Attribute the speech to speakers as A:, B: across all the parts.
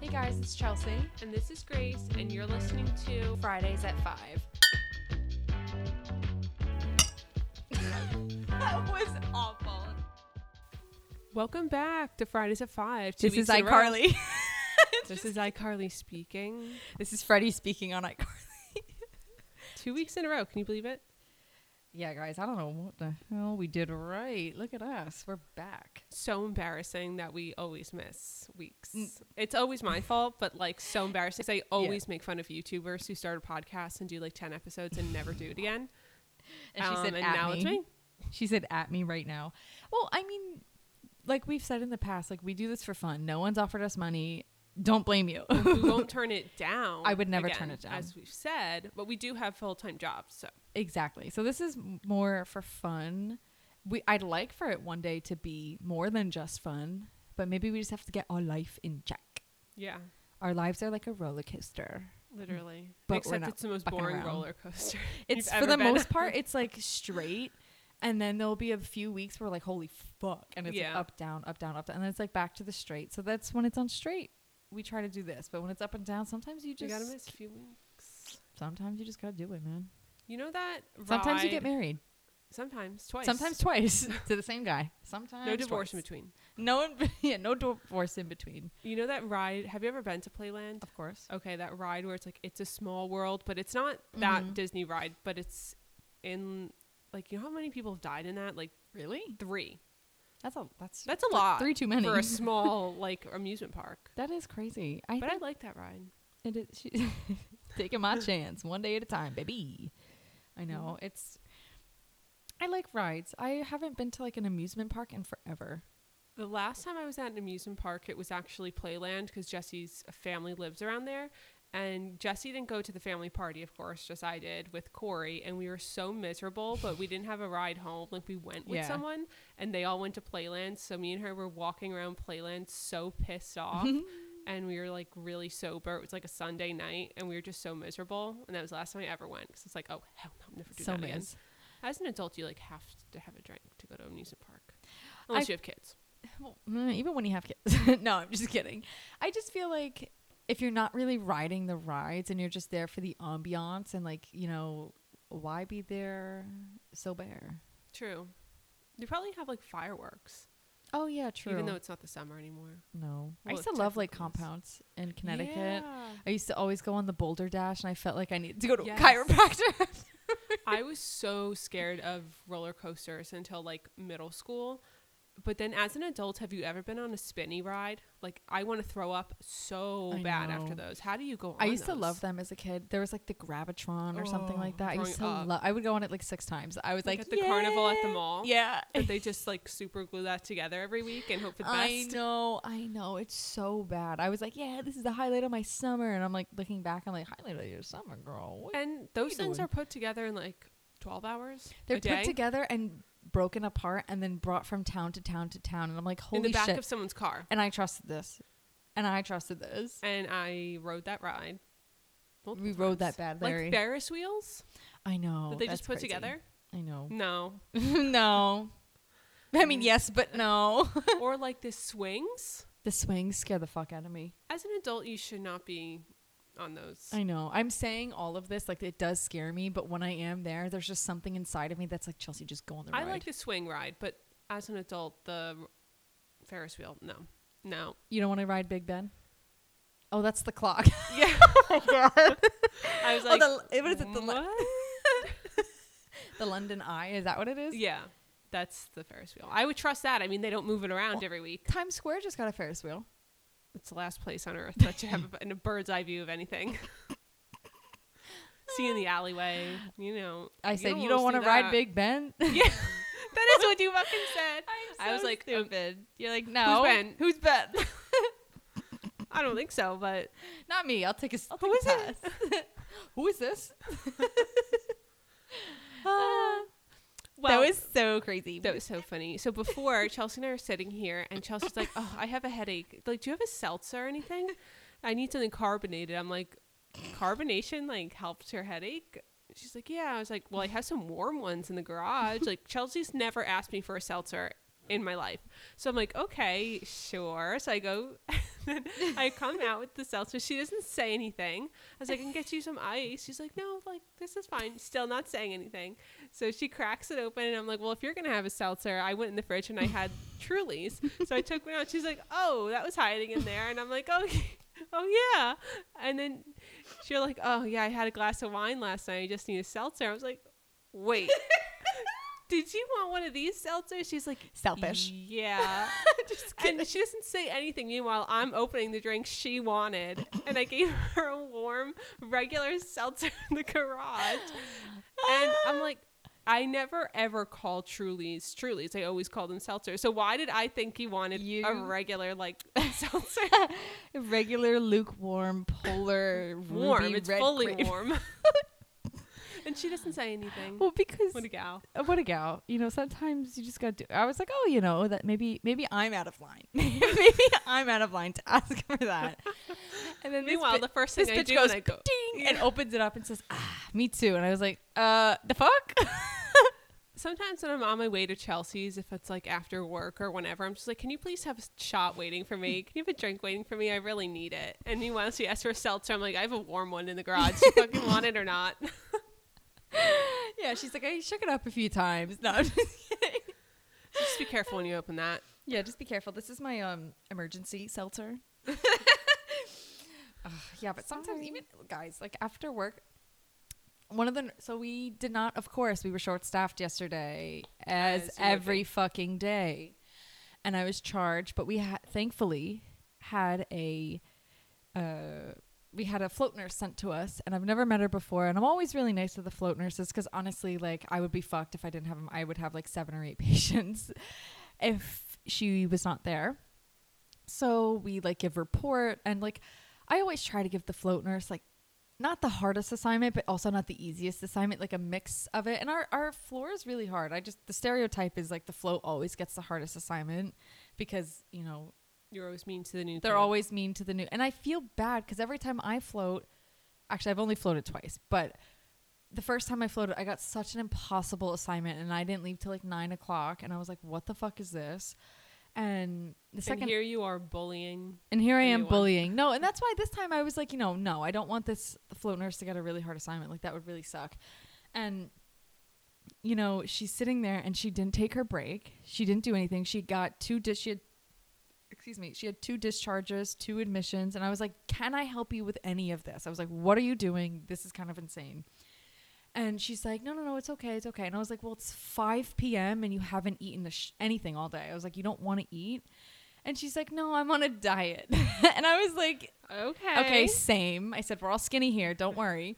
A: Hey guys, it's Chelsea.
B: And this is Grace, and you're listening to.
A: Fridays at 5. that was awful.
B: Welcome back to Fridays at 5. Two
A: This is
B: weeks in a row.
A: iCarly.
B: This is iCarly speaking.
A: this is Freddie speaking on iCarly.
B: Two weeks in a row. Can you believe it?
A: Yeah, guys, I don't know what the hell we did right. Look at us. We're back.
B: So embarrassing that we always miss weeks.
A: Mm.
B: It's always my fault, but like so embarrassing. 'Cause I always make fun of YouTubers who start a podcast and do like 10 episodes and never do it again.
A: And she
B: Um,
A: said,
B: and
A: at
B: now
A: me.
B: it's me.
A: She said, at me right now. Well, I mean, like we've said in the past, like we do this for fun. No one's offered us money. Don't blame you.
B: We won't turn it down.
A: I would never
B: again,
A: turn it down.
B: As we've said, but we do have full time jobs. So
A: Exactly. So this is m- more for fun. We I'd like for it one day to be more than just fun, but maybe we just have to get our life in check.
B: yeah,
A: Our lives are like a roller coaster.
B: literally.
A: Mm. But we're
B: Except
A: not
B: it's the most
A: fucking
B: boring
A: around.
B: roller coaster. you've
A: It's for
B: ever
A: the
B: been
A: most part it's like straight and then there'll be a few weeks where like holy fuck and it's like,
B: Yeah.
A: up down up down up down and then it's like back to the straight. So that's when it's on straight. We try to do this, but when it's up and down, sometimes you
B: You
A: just
B: gotta miss a few weeks.
A: sometimes you just got to do it, man.
B: You know that ride,
A: Sometimes you get married.
B: Sometimes twice.
A: Sometimes twice to the same guy. Sometimes
B: no divorce in
A: twice.
B: between.
A: No in- yeah, no divorce in between.
B: You know that ride? Have you ever been to Playland?
A: Of course.
B: Okay, that ride where it's like it's a small world, but it's not that
A: Mhm.
B: Disney ride, but it's in like you know how many people have died in that? Like
A: Really?
B: three.
A: That's a that's
B: That's a lot
A: Three too many.
B: for a small like amusement park.
A: that is crazy. I
B: but I
A: think
B: like that ride.
A: it is she, taking my chance one day at a time, baby. I know it's. I like rides. I haven't been to like an amusement park in forever.
B: The last time I was at an amusement park, it was actually Playland because Jesse's family lives around there. And Jesse didn't go to the family party, of course, just I did with Corey. And we were so miserable, but we didn't have a ride home. Like, we went with
A: Yeah.
B: someone and they all went to Playland. So, me and her were walking around Playland so pissed off. and we were like really sober. It was like a Sunday night and we were just so miserable. And that was the last time I ever went because it's like, oh, hell no, I'm never doing
A: so
B: that again.
A: miss.
B: As an adult, you like have to have a drink to go to an amusement park, unless you have kids.
A: Well, mm, even when you have kids. no, I'm just kidding. I just feel like if you're not really riding the rides and you're just there for the ambiance and like you know why be there so bare?
B: True. They probably have like fireworks,
A: Oh yeah, true.
B: even though it's not the summer anymore.
A: No. I
B: Well,
A: used to
B: it
A: love like
B: technically is.
A: compounds in Connecticut.
B: Yeah.
A: I used to always go on the boulder dash and I felt like I needed to go to
B: Yes.
A: a chiropractor.
B: I was so scared of roller coasters until like middle school. But then as an adult, have you ever been on a spinny ride? Like I want to throw up so
A: I
B: bad after
A: know.
B: those. How do you go on
A: I used to
B: those?
A: love them as a kid. There was like the Gravitron or something like
B: Oh,
A: that. I
B: growing
A: used to
B: up.
A: love I would go on it like six times. I was
B: Like
A: like,
B: at the carnival at the
A: "Yeah."
B: mall?
A: Yeah.
B: But they just like super glue that together every week and hope for the best.
A: I know, I know. It's so bad. I was like, yeah, this is the highlight of my summer. And I'm like looking back, I'm like, highlight of your summer, girl. What?
B: And those
A: you
B: things
A: doing?
B: are put together in like 12 hours.
A: They're
B: a day
A: put together and broken apart and then brought from town to town to town. And I'm like, holy
B: in the back
A: shit.
B: of someone's car.
A: and I trusted this. And I trusted this.
B: And I rode that ride. multiple
A: we rode that
B: times.
A: bad, Larry.
B: Like Ferris wheels
A: I know.
B: that they just
A: Oh, that's
B: put
A: crazy.
B: together?
A: I know.
B: No.
A: no. I mean, yes, but no.
B: or like the swings.
A: the swings scare the fuck out of me.
B: As an adult, you should not be on those.
A: I know. I'm saying all of this like it does scare me, but when I am there, there's just something inside of me that's like Chelsea, just go on the
B: I
A: ride.
B: like the swing ride, but as an adult, the r- Ferris wheel, no. No.
A: you don't want to ride Big Ben. Oh, that's the clock.
B: Yeah. I was like,
A: oh, the, what is it? The, Lo-
B: what?
A: the London Eye? Is that what it is?
B: Yeah, that's the Ferris wheel. I would trust that. I mean, they don't move it around every week.
A: Times Square just got a Ferris wheel.
B: It's the last place on earth that you have a, in a bird's eye view of anything. See in the alleyway, you know.
A: I said, you don't want to ride Big Ben.
B: Yeah, that is what you fucking said. I was like, um,
A: stupid. You're like, no.
B: Ben?
A: Who's Ben?
B: I don't think so, but
A: Not me. I'll take a. Oh,
B: I'll
A: Who
B: take
A: is
B: a
A: it? Who is this?
B: Uh, well,
A: that was so crazy.
B: that was so funny. So before Chelsea and I are sitting here, and Chelsea's like, "Oh, I have a headache. Like, do you have a seltzer or anything? I need something carbonated." I'm like, "Carbonation like helps your headache." She's like, "Yeah." I was like, "Well, I have some warm ones in the garage." Like Chelsea's never asked me for a seltzer in my life, so I'm like, "Okay, sure." So I go then I come out with the seltzer. She doesn't say anything. I was like, I can get you some ice. She's like, no, like, this is fine. Still not saying anything. So she cracks it open, and I'm like, well, if you're going to have a seltzer, I went in the fridge and I had Truly's. So I took one out. She's like, oh, that was hiding in there. And I'm like, oh, oh yeah. And then she's like, oh, yeah, I had a glass of wine last night. I just need a seltzer. I was like, wait. Did you want one of these seltzers? She's like,
A: Selfish.
B: Yeah.
A: Just kidding.
B: And she doesn't say anything. Meanwhile, I'm opening the drink she wanted, and I gave her a warm, regular seltzer in the garage. And I'm like, I never ever call Truly's Truly's. I always call them seltzer. So why did I think he wanted a
A: You-
B: regular like seltzer?
A: Regular, lukewarm, polar,
B: warm.
A: ruby
B: it's
A: red
B: fully
A: grape.
B: warm. and she doesn't say anything.
A: Well, because
B: What a gal.
A: Uh, what a gal. You know, sometimes you just got to. I was like, oh, you know, that maybe maybe I'm out of line. maybe I'm out of line to ask for that. And then this
B: Meanwhile,
A: bi-
B: the first
A: this
B: thing I
A: bitch
B: do
A: goes
B: when I go,
A: ding and opens it up and says, ah, me too. And I was like, uh, the fuck.
B: sometimes when I'm on my way to Chelsea's, if it's like after work or whenever, I'm just like, can you please have a shot waiting for me? Can you have a drink waiting for me? I really need it. And meanwhile, she asks for seltzer. I'm like, I have a warm one in the garage. Do you fucking want it or not?
A: yeah, she's like, I shook it up a few times. No, I'm just kidding.
B: just be careful when you open that.
A: Yeah, just be careful. This is my um emergency seltzer. Ugh, yeah, but sometimes
B: Sorry.
A: even guys like after work. One of the so we did not, of course, we were short staffed yesterday, as,
B: As you would
A: every
B: be.
A: fucking day, and I was charged. But we ha- thankfully had a uh, we had a float nurse sent to us, and I've never met her before. And I'm always really nice to the float nurses because honestly, like I would be fucked if I didn't have them. I would have like seven or eight patients if she was not there. So we like give report, and like I always try to give the float nurse like not the hardest assignment, but also not the easiest assignment, like a mix of it. And our, our floor is really hard. I just, the stereotype is like the float always gets the hardest assignment because, you know,
B: You're always mean to the new.
A: they're
B: kid.
A: always mean to the new. And I feel bad because every time I float, actually, I've only floated twice, but the first time I floated, I got such an impossible assignment and I didn't leave till like nine o'clock. And I was like, what the fuck is this? And the
B: And
A: second
B: here you are bullying.
A: and here I
B: the
A: am
B: new one.
A: bullying. No, and that's why this time I was like, you know, no, I don't want this float nurse to get a really hard assignment. Like that would really suck. And you know, she's sitting there and she didn't take her break. She didn't do anything. She got two dis she had excuse me, she had two discharges, two admissions, and I was like, "Can I help you with any of this?" I was like, "What are you doing? This is kind of insane." And she's like, "No, no, no, it's okay. It's okay." And I was like, "Well, it's 5 p.m. and you haven't eaten a sh- anything all day." I was like, "You don't want to eat?" And she's like, "No, I'm on a diet." and I was like,
B: Okay.
A: Okay, same. I said, We're all skinny here. Don't worry.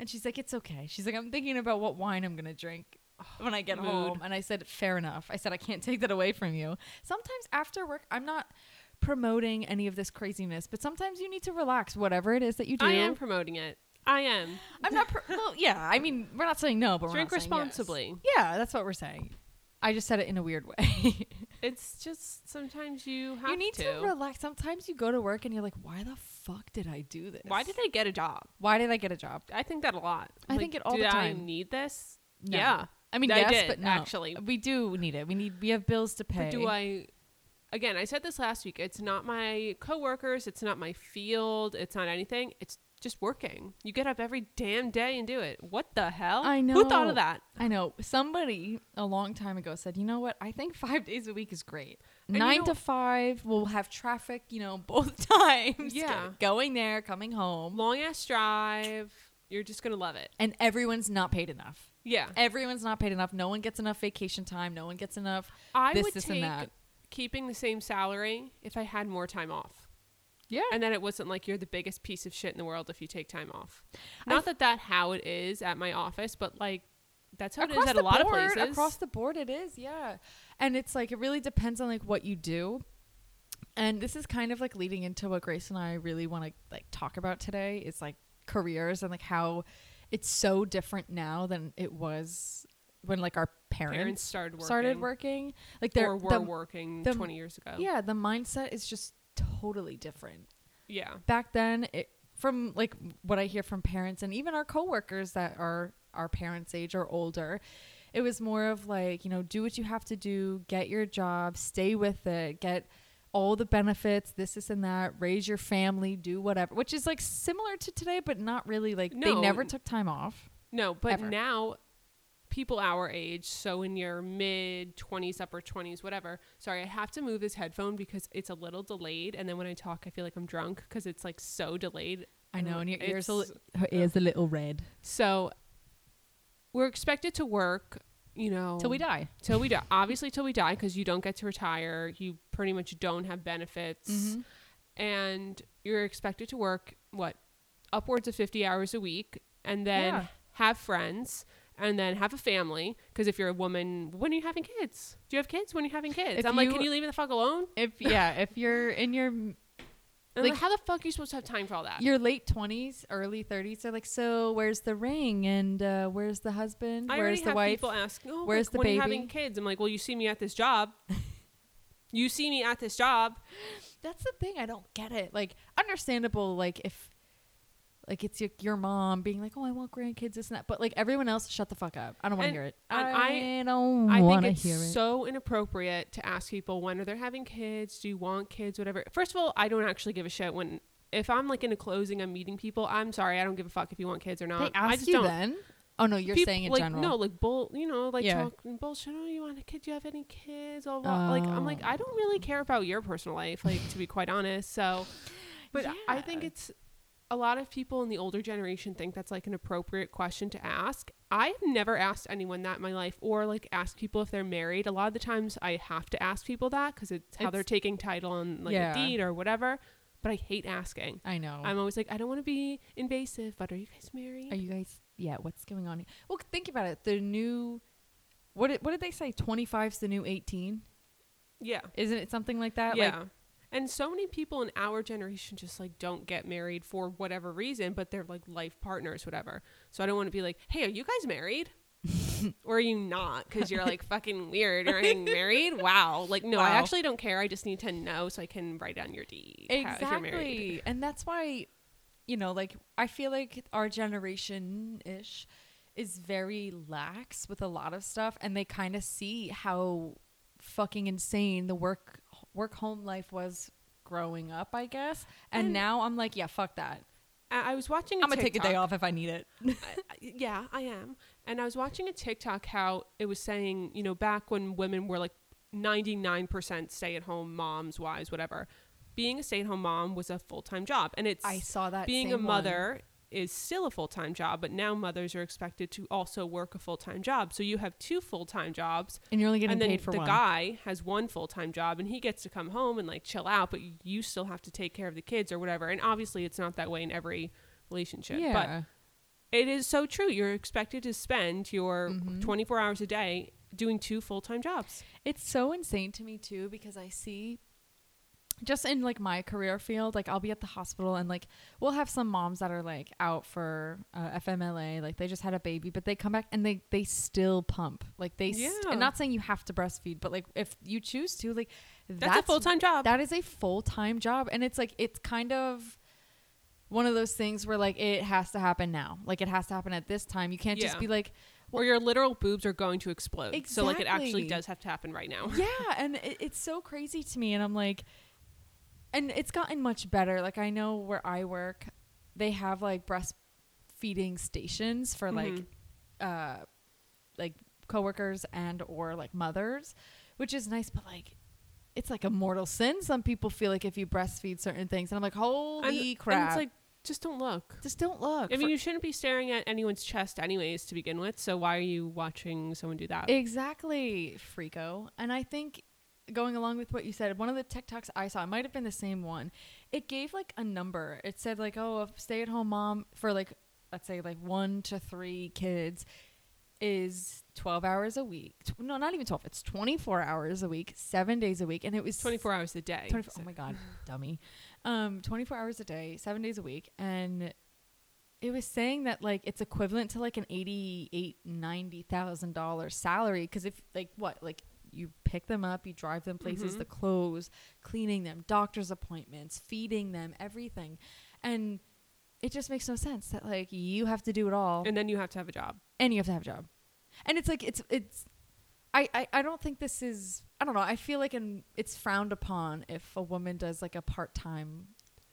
A: And she's like, It's okay. She's like, I'm thinking about what wine I'm going to drink when I get
B: Mood.
A: home. And I said, Fair enough. I said, I can't take that away from you. Sometimes after work, I'm not promoting any of this craziness, but sometimes you need to relax, whatever it is that you do.
B: I am promoting it. I am.
A: I'm not, pro- well, yeah, I mean, we're not saying no, but
B: Drink
A: we're not saying yes.
B: responsibly.
A: Yeah, that's what we're saying. I just said it in a weird way.
B: It's just sometimes you have
A: you need to. relax. Sometimes you go to work and you're like, why the fuck did I do this?
B: Why did I get a job?
A: why did I get a job?
B: I think that a lot.
A: I
B: Like,
A: think it all
B: did
A: the
B: I
A: time.
B: need this?
A: No.
B: Yeah.
A: I mean,
B: I
A: yes,
B: did,
A: but no.
B: actually.
A: we do need it. We need we have bills to pay.
B: But do I? Again, I said this last week. It's not my coworkers. It's not my field. It's not anything. It's just working. You get up every damn day and do it. What the hell?
A: I
B: Who thought
A: know.
B: of that?
A: I know somebody a long time ago said, you know what? I think five days a week is great.
B: And you
A: Nine
B: know-
A: to five, we'll have traffic. You know, both times.
B: Yeah.
A: going there, coming home,
B: Long ass drive. You're just gonna love it.
A: and everyone's not paid enough.
B: Yeah.
A: Everyone's not paid enough. No one gets enough vacation time. No one gets enough.
B: I
A: this,
B: would
A: this, and
B: take
A: that.
B: keeping the same salary if I had more time off.
A: Yeah,
B: and then it wasn't like you're the biggest piece of shit in the world if you take time off. Not that that how it is at my office, but like that's how it is at a lot
A: board,
B: of places.
A: Across the board, it is, yeah. And it's like it really depends on like what you do. And this is kind of like leading into what Grace and I really want to like talk about today is like careers and like how it's so different now than it was when like our parents,
B: parents started working,
A: started working. Like they're
B: or were
A: the-
B: working
A: the-
B: 20 years ago.
A: yeah, the mindset is just totally different
B: yeah.
A: back then it, from like what i hear from parents and even our coworkers that are our parents age or older it was more of like you know do what you have to do get your job stay with it get all the benefits, this, this, and that, raise your family, do whatever, which is like similar to today, but not really like they
B: No.
A: never took time off.
B: No, but
A: Ever.
B: now people our age, so in your mid 20s, upper 20s, whatever. Sorry, I have to move this headphone because it's a little delayed and then when I talk I feel like I'm drunk cuz it's like so delayed.
A: I know, and your ears, a li-
B: It's-
A: her ears a little red
B: So we're expected to work, you know,
A: till we die.
B: Till we die. Obviously till we die cuz you don't get to retire. You pretty much don't have benefits
A: Mm-hmm.
B: and you're expected to work what upwards of 50 hours a week and then
A: Yeah.
B: have friends and then have a family because if you're a woman when are you having kids do you have kids when are you having kids
A: If
B: i'm like
A: you-
B: can you leave me the fuck alone
A: If yeah, if you're in your
B: and like,
A: Like-
B: how the fuck are you supposed to have time for all that
A: your late twenties, early thirties, they're like, so where's the ring and uh, where's the husband?
B: i
A: where's
B: already
A: the
B: have
A: wife?
B: people asking oh
A: Where's
B: like,
A: the
B: when are you having
A: baby?
B: kids i'm like well you see me at this job you see me at this job
A: That's the thing. I don't get it. Like, understandable. Like, if, like, it's your, your mom being like, "Oh, I want grandkids," this and that. But like, everyone else, shut the fuck up. I don't want to
B: And-
A: hear it.
B: and
A: I, don't
B: I
A: want to
B: think it's
A: hear it.
B: so inappropriate to ask people when are they having kids? Do you want kids? Whatever. First of all, I don't actually give a shit when if I'm like in a closing, I'm meeting people. I'm sorry, I don't give a fuck if you want kids or not.
A: they
B: I
A: ask
B: just
A: you
B: don't.
A: then. Oh no, you're
B: Peop-
A: saying in
B: like,
A: general.
B: No, like bull, you know, like
A: Yeah.
B: talking bullshit. Oh, you want a kid? Do you have any kids? Blah, blah. Like I'm like
A: Oh.
B: I don't really care about your personal life, like to be quite honest. So, but I think
A: Yeah.
B: it's a lot of people in the older generation think that's like an appropriate question to ask. I've never asked anyone that in my life, or like asked people if they're married. A lot of the times I have to ask people that because it's how they're
A: It's-
B: taking title on like
A: Yeah.
B: a deed or whatever. But I hate asking.
A: I know.
B: I'm always like, I don't want to be invasive, but are you guys married?
A: Are you guys? Yeah. What's going on? here? Well, think about it. The new, what did, what did they say? Twenty five's the new eighteen.
B: yeah.
A: Isn't it something like that? Like,
B: Yeah. and so many people in our generation just like don't get married for whatever reason, but they're like life partners, whatever. So I don't want to be like, hey, are you guys married? or are you not? Because you're like fucking weird. Are you married? Wow. Like, no, I
A: Wow.
B: actually don't care. I just need to know so I can write down your deed. how- if you're married.
A: Exactly. And that's why, you know, like I feel like our generation ish is very lax with a lot of stuff and they kind of see how fucking insane the work work home life was growing up, I guess. And,
B: And-
A: now I'm like, yeah, fuck that.
B: I I was watching. i
A: I'm going to take a day off if I need it.
B: I- yeah, I am. And I was watching a TikTok how it was saying, you know, back when women were like 99% stay at home moms, wives, whatever, being a stay at home mom was a full time job. And it's
A: I saw that
B: being a
A: same one.
B: mother is still a full time job, but now mothers are expected to also work a full time job. So you have two full time jobs.
A: and you're only getting
B: and then
A: paid for
B: the
A: one.
B: guy has one full time job and he gets to come home and like chill out, but you still have to take care of the kids or whatever. And obviously, it's not that way in every relationship.
A: yeah.
B: But it is so true. You're expected to spend your
A: Mm-hmm.
B: 24 hours a day doing two full time jobs.
A: It's so insane to me too because I see just in like my career field, like I'll be at the hospital and like we'll have some moms that are like out for uh, FMLA, like they just had a baby, but they come back and they they still pump, like they. St-
B: Yeah.
A: and not saying you have to breastfeed, but like if you choose to, like
B: That's, a full time job.
A: That is a full time job, and it's like it's kind of one of those things where like it has to happen now, like it has to happen at this time. You can't just
B: Yeah.
A: be like,
B: or your literal boobs are going to explode. So, like, it
A: Exactly.
B: actually does have to happen right now.
A: yeah and it, it's so crazy to me and i'm like and it's gotten much better like i know where i work they have like breastfeeding stations for like
B: Mm-hmm.
A: uh like coworkers and or like mothers which is nice but like it's like a mortal sin some people feel like if you breastfeed certain things and i'm like
B: And-
A: holy crap
B: And it's like, just don't look.
A: just don't look
B: I
A: for-
B: mean, you shouldn't be staring at anyone's chest, anyways, to begin with. So, why are you watching someone do that?
A: Exactly, Freako. And I think going along with what you said, one of the TikToks I saw, it might have been the same one. It gave like a number. It said like, oh, a stay-at-home mom for like let's say like 1 to 3 kids is 12 hours a week. Tw- No, not even 12. It's 24 hours a week, 7 days a week, and it was
B: 24 hours a day.
A: 24
B: So-
A: oh my god dummy um 24 hours a day seven days a week and it was saying that like it's equivalent to like an 88 90000 dollar salary because if like what like you pick them up you drive them places
B: Mhm.
A: the clothes cleaning them doctor's appointments feeding them everything and it just makes no sense that like you have to do it all
B: And then you have to have a job.
A: and you have to have a job and it's like it's it's I, I I don't think this is. I don't know. I feel like in, it's frowned upon if a woman does like a part time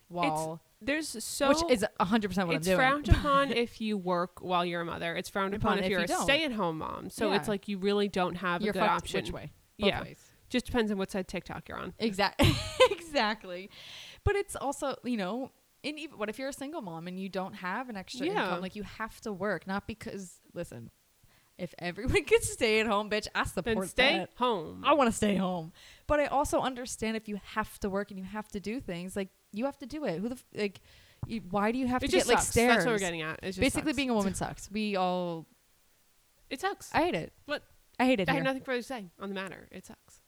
A: while,
B: There's so
A: which is hundred percent what
B: it's
A: I'm doing.
B: frowned upon if you work while you're a mother. It's frowned upon if, you're
A: you
B: a
A: don't.
B: stay-at-home mom. So it's
A: Yeah.
B: like you really don't have
A: You're
B: a good
A: fucked
B: option.
A: which way? Both
B: Yeah,
A: ways.
B: just depends on what side TikTok you're on.
A: Exactly. exactly. But it's also, you know, and even what if you're a single mom and you don't have an extra
B: Yeah.
A: income? Like you have to work, not because listen, if everyone could stay at home, bitch, I support
B: Then stay
A: that.
B: home.
A: I want to stay home. But I also understand if you have to work and you have to do things, like you have to do it. Who the f- like you, why do you have
B: it
A: to
B: just
A: get like
B: sucks.
A: stairs?
B: That's what we're getting at. It just
A: Basically
B: sucks.
A: being a woman sucks. We all
B: it sucks.
A: I
B: I,
A: hate it.
B: What?
A: I hate it.
B: have
A: here.
B: nothing further to say on the matter. It sucks.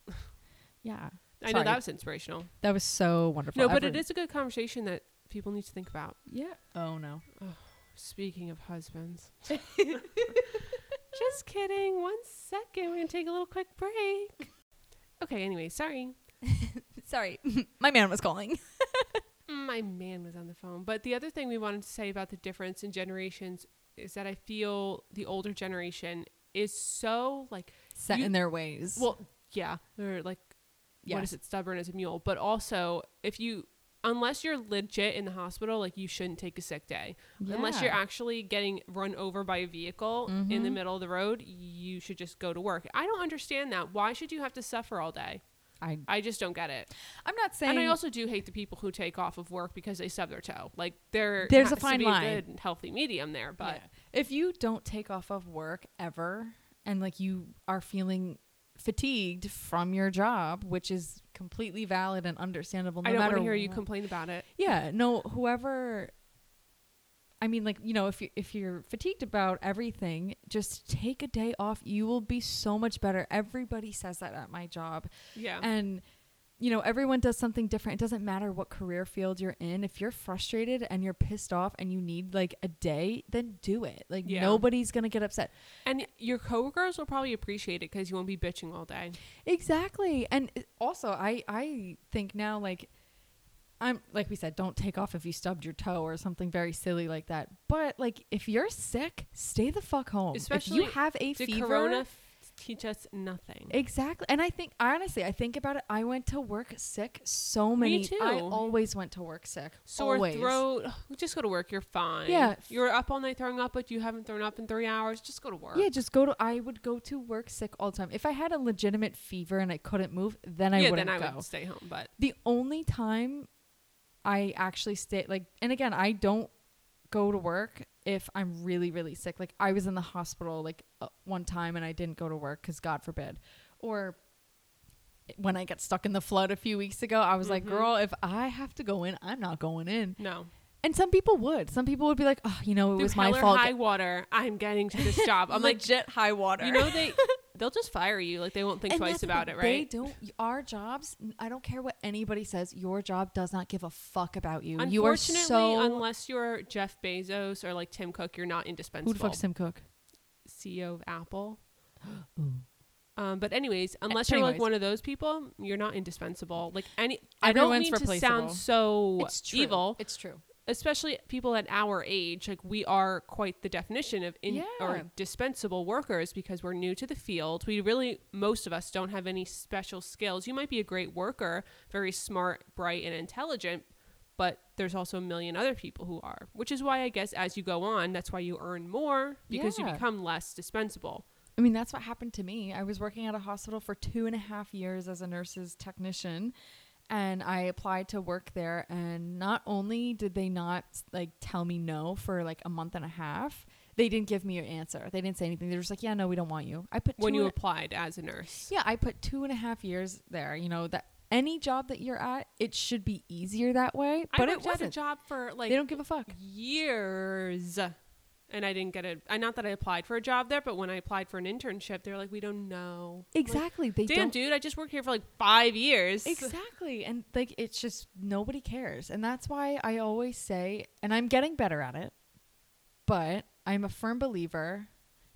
A: yeah.
B: I know
A: Sorry.
B: that was inspirational.
A: That was so wonderful.
B: No, but it
A: Every-
B: is a good conversation that people need to think about.
A: Yeah. Oh no.
B: Speaking of husbands. Just kidding. One second. We're going to take a little quick break. Okay, anyway, sorry.
A: Sorry. My man was calling.
B: My man was on the phone. But the other thing we wanted to say about the difference in generations is that I feel the older generation is so like,
A: set
B: You-
A: in their ways.
B: well, yeah, they're like,
A: yeah.
B: what is it, stubborn as a mule. But also, if you, unless you're legit in the hospital, like you shouldn't take a sick day. Unless you're
A: Yeah.
B: actually getting run over by a vehicle in the
A: Mhm.
B: middle of the road, you should just go to work. I don't understand that. Why should you have to suffer all day?
A: I,
B: I just don't get it.
A: I'm not saying.
B: and I also do hate the people who take off of work because they stub their toe. Like there,
A: There's a
B: has to
A: fine
B: be
A: line.
B: good, healthy medium there. But
A: Yeah. if you don't take off of work ever, and like you are feeling fatigued from your job, which is completely valid and understandable. No
B: I don't want
A: matter
B: to hear you
A: wh-
B: complain about it.
A: Yeah. No. Whoever. I mean, like you know, if you if you're fatigued about everything, just take a day off. You will be so much better. Everybody says that at my job.
B: Yeah,
A: and you know everyone does something different it doesn't matter what career field you're in if you're frustrated and you're pissed off and you need like a day then do it like
B: Yeah.
A: nobody's gonna get upset
B: and your coworkers will probably appreciate it because you won't be bitching all day.
A: exactly and it- also i i think now like i'm like we said don't take off if you stubbed your toe or something very silly like that but like if you're sick stay the fuck home if
B: Especially-
A: you have a
B: Did
A: fever
B: Corona f- teach us nothing?
A: Exactly. And I think honestly, I think about it. I went to work sick so many. I
B: too.
A: always went to work sick.
B: Sore
A: always.
B: throat. ugh, Just go to work. You're fine.
A: Yeah.
B: You're up all night throwing up, but you haven't thrown up in three hours. Just go to work.
A: Yeah, just go to I would go to work sick all the time. If I had a legitimate fever and I couldn't move, then I
B: Yeah,
A: wouldn't
B: then I
A: go.
B: would stay home. But
A: The only time I actually stay like and again, I don't go to work if I'm really really sick. Like I was in the hospital like uh, one time and I didn't go to work cuz god forbid. Or when I got stuck in the flood a few weeks ago, I was like,
B: Mhm.
A: "Girl, if I have to go in, I'm not going in."
B: no,
A: And some people would. Some people would be like, "Oh, you know, it
B: Through
A: was my
B: hell or
A: fault."
B: High water. I'm getting to this job. I'm like,
A: legit high water.
B: you know, they they'll just fire you. Like they won't think
A: And
B: twice
A: that's the
B: about
A: thing,
B: it, right?
A: They don't. Our jobs. I don't care what anybody says. Your job does not give a fuck about you. You are
B: Unfortunately,
A: so.
B: unless you're Jeff Bezos or like Tim Cook, you're not
A: Who the
B: indispensable.
A: fuck's Tim Cook?
B: CEO E of Apple. Um, but anyways, unless you're like
A: anyways.
B: one of those people, you're not indispensable. Like any, I don't
A: Everyone's
B: mean to
A: replaceable.
B: sound so
A: It's true.
B: evil,
A: It's true.
B: especially people at our age. Like we are quite the definition of in
A: Yeah.
B: or dispensable workers because we're new to the field. We really, most of us, don't have any special skills. You might be a great worker, very smart, bright, and intelligent, but there's also a million other people who are. Which is why I guess as you go on, that's why you earn more because you
A: Yeah.
B: become less dispensable.
A: I mean, that's what happened to me. I was working at a hospital for two and a half years as a nurse's technician. And I applied to work there, and not only did they not like tell me no for like a month and a half, they didn't give me an answer. They didn't say anything. They were just like, "Yeah, no, we don't want you." I put
B: When
A: two
B: you
A: and-
B: applied as a nurse.
A: Yeah, I put two and a half years there. You know that any job that you're at, it should be easier that way. But
B: I
A: it
B: worked at a
A: wasn't.
B: job for like
A: they don't give a fuck.
B: years and I didn't get it. I not that I applied for a job there, but when I applied for an internship, they're like, "We don't know." I'm like,
A: Exactly. They
B: Damn,
A: don't.
B: dude, I just worked here for like five years.
A: Exactly. And like it's just nobody cares. And that's why I always say and I'm getting better at it, but I'm a firm believer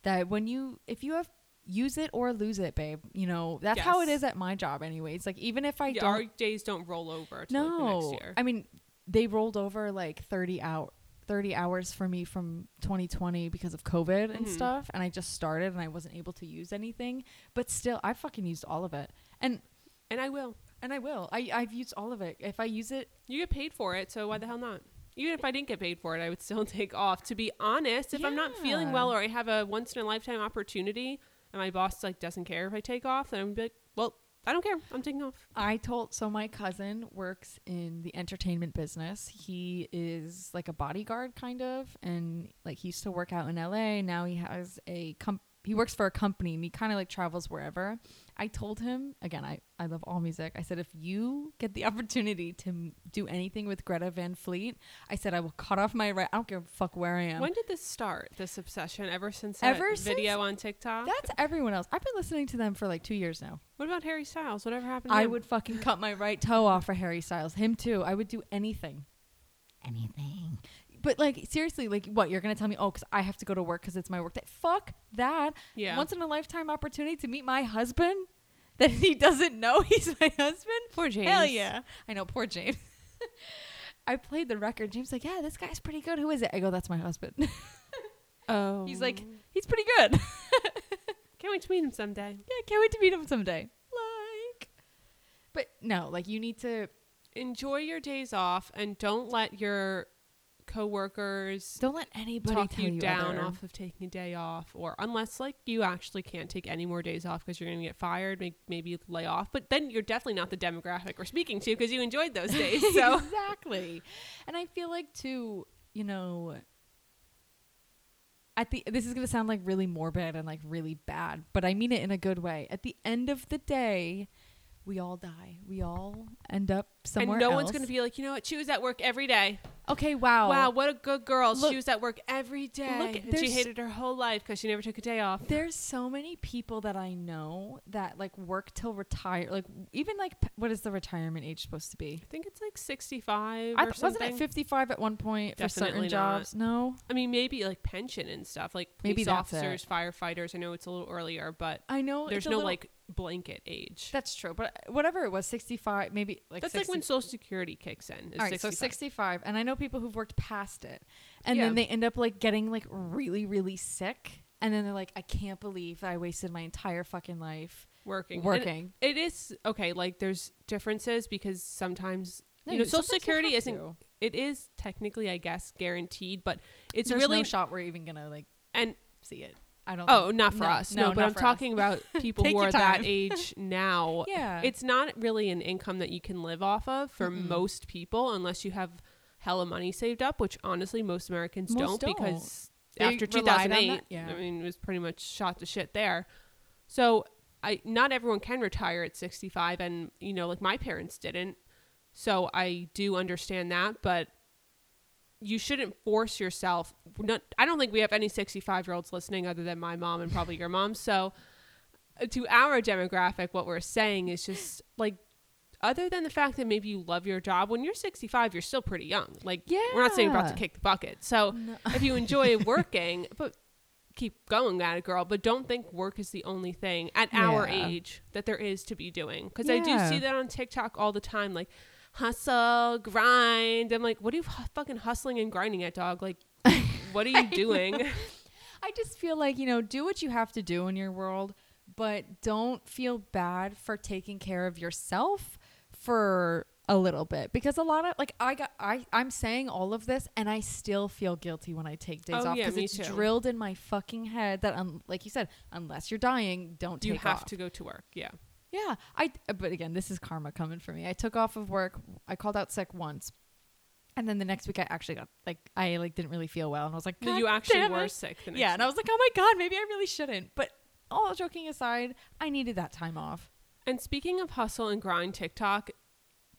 A: that when you if you have use it or lose it, babe, you know, that's how it
B: Yes.
A: is at my job anyways. Like even if I
B: Yeah,
A: don't
B: Our days don't roll over to like, the
A: No.
B: next year.
A: I mean, they rolled over like 30 out 30 hours for me from 2020 because of COVID and
B: Mhm.
A: stuff. And I just started and I wasn't able to use anything. But still, I fucking used all of it. And
B: And I will.
A: and I will. I, I've used all of it. If I use it,
B: You get paid for it, so why the hell not? Even if I didn't get paid for it, I would still take off. To be honest, if I'm not feeling
A: Yeah.
B: well or I have a once in a lifetime opportunity and my boss like doesn't care if I take off, then I'm be like, well, I don't care. I'm taking off.
A: I told so my cousin works in the entertainment business. He is like a bodyguard kind of and like he used to work out in LA. Now he has a com- he works for a company and he kind of like travels wherever. I told him again I I love all music. I said if you get the opportunity to m- do anything with Greta Van Fleet, I said I will cut off my right. I don't give a fuck where I am.
B: When did this start? This obsession ever since
A: Ever
B: that
A: since-
B: video on TikTok.
A: That's everyone else. I've been listening to them for like 2 years now.
B: what about Harry Styles? Whatever happened? To
A: I
B: him?
A: would fucking cut my right toe off for Harry Styles. Him too. I would do anything. Anything. But like seriously, like what you're gonna tell me? Oh, because I have to go to work because it's my work day. Fuck that.
B: Yeah.
A: Once in a lifetime opportunity to meet my husband that he doesn't know he's my husband.
B: Poor James.
A: Hell yeah. I know. Poor James. I played the record. James like, yeah, this guy's pretty good. Who is it? I go, that's my husband.
B: Oh.
A: He's like, he's pretty good.
B: can't wait to meet him someday.
A: yeah, can't wait to meet him someday. Like, but no, like you need to
B: Enjoy your days off and don't let your coworkers
A: Don't let anybody
B: talk
A: tell
B: you, down
A: other.
B: off of taking a day off or unless like you actually can't take any more days off because you're going to get fired, may- maybe lay off, but then you're definitely not the demographic we're speaking to because you enjoyed those days. So
A: exactly. And I feel like too, you know, at the this is going to sound like really morbid and like really bad, but I mean it in a good way. At the end of the day, we all die. We all end up somewhere
B: and no
A: else.
B: one's going to be like, "You know what? She was at work every day.
A: Okay, wow.
B: Wow, what a good girl.
A: Look-
B: she was at work every day. and she
A: there's-
B: hated her whole life because she never took a day off."
A: There's so many people that I know that like work till retire, like even like p- what is the retirement age supposed to be?
B: I think it's like 65
A: I
B: or
A: th- wasn't
B: something.
A: it 55 at one point for
B: Definitely
A: certain
B: not.
A: jobs? No,
B: I mean, maybe like pension and stuff, like police
A: Maybe that's
B: officers, firefighters. I know it's a little earlier, but
A: I know
B: there's
A: it's a
B: no
A: little-
B: like blanket age.
A: That's true, but uh, whatever it was, sixty-five, maybe like
B: That's
A: 60
B: like when Social Security kicks in. is
A: All right, so
B: 65.
A: sixty-five, and I know people who've worked past it, and
B: Yeah.
A: then they end up like getting like really, really sick, and then they're like, I can't believe I wasted my entire fucking life
B: working. And
A: working.
B: it is okay. Like there's differences because sometimes
A: No,
B: you know
A: you-
B: Social
A: sometimes you
B: Security
A: have
B: isn't.
A: to.
B: It is technically, I guess, guaranteed, but it's
A: There's
B: really
A: no shot we're even gonna like
B: and
A: see it. I don't.
B: oh,
A: think-
B: not for
A: no,
B: us. No, but
A: not
B: I'm
A: for us.
B: talking about people
A: Take
B: who
A: your
B: are that
A: time.
B: age now.
A: Yeah,
B: It's not really an income that you can live off of for
A: Mm-mm.
B: most people unless you have hella money saved up, which honestly most Americans
A: Most
B: don't,
A: don't.
B: because
A: They
B: after
A: relied on that,
B: 2008,
A: yeah.
B: I mean, it was pretty much shot to shit there. So I not everyone can retire at 65 and you know like my parents didn't. So I do understand that, but you shouldn't force yourself. Not, I don't think we have any 65 year olds listening other than my mom and probably your mom. So, uh, to our demographic, what we're saying is just like, other than the fact that maybe you love your job, when you're 65, you're still pretty young. Like, we're not saying you're about to
A: Yeah.
B: kick the bucket. So,
A: No.
B: if you enjoy working, but keep going at it, girl. But don't think work is the only thing at our
A: Yeah.
B: age that there is to be doing. Because I do
A: Yeah.
B: see that on TikTok all the time. Like, hustle, grind. I'm like, what are you hu- fucking hustling and grinding at, dog? Like, what are you doing?
A: I just feel like, you know, do what you have to do in your world, but don't feel bad for taking care of yourself for a little bit because a lot of like I got I I'm saying all of this and I still feel guilty when I take days
B: Oh,
A: off
B: yeah, me
A: it's
B: too.
A: drilled in my fucking head that un- like you said unless you're dying don't
B: you
A: take
B: have
A: off.
B: to go to work. Yeah.
A: Yeah, I. But again, this is karma coming for me. I took off of work. I called out sick once, and then the next week I actually got like I like didn't really feel well, and I was like,
B: That
A: "God
B: you actually
A: damn
B: were
A: it."
B: sick. The next
A: Yeah, and I was like, oh my god, maybe I really shouldn't. But all joking aside, I needed that time off.
B: And speaking of hustle and grind TikTok,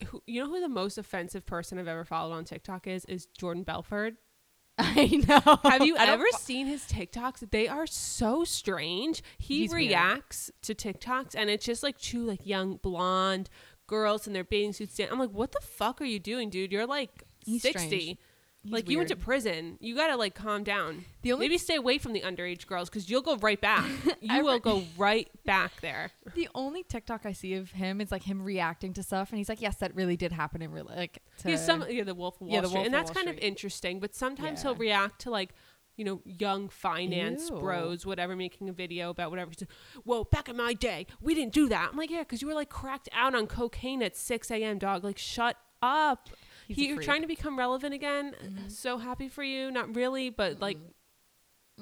B: who, you know who the most offensive person I've ever followed on TikTok is? Is Jordan Belford.
A: I know.
B: Have you
A: I don't
B: ever
A: fo-
B: seen his TikToks? They are so strange. He
A: He's weird.
B: reacts to TikToks and it's just like two like young blonde girls in their bathing suits. dan- I'm like, what the fuck are you doing, dude? You're like
A: He's
B: 60.
A: strange. He's
B: like you went to
A: weird.
B: prison. You gotta like calm down.
A: the only
B: Maybe stay away from the underage girls because you'll go right back.
A: I
B: You will
A: re-
B: go right back there.
A: the only TikTok I see of him is like him reacting to stuff, and he's like, "Yes, that really did happen in real like." To,
B: Yeah, some yeah, the Wolf of Wall
A: Yeah, the
B: Street,
A: Wolf
B: and
A: of
B: that's
A: Wall
B: kind of
A: Street.
B: interesting. But sometimes he'll
A: Yeah.
B: react to like, you know, young finance
A: Ew.
B: bros, whatever, making a video about whatever. He's like, Whoa, back in my day, we didn't do that. I'm like, yeah, because you were like cracked out on cocaine at 6 a.m. Dog, like, shut up.
A: He's
B: He-
A: a
B: you're
A: freak. Mm-hmm.
B: trying to become relevant again. So happy for you. Not really, but like,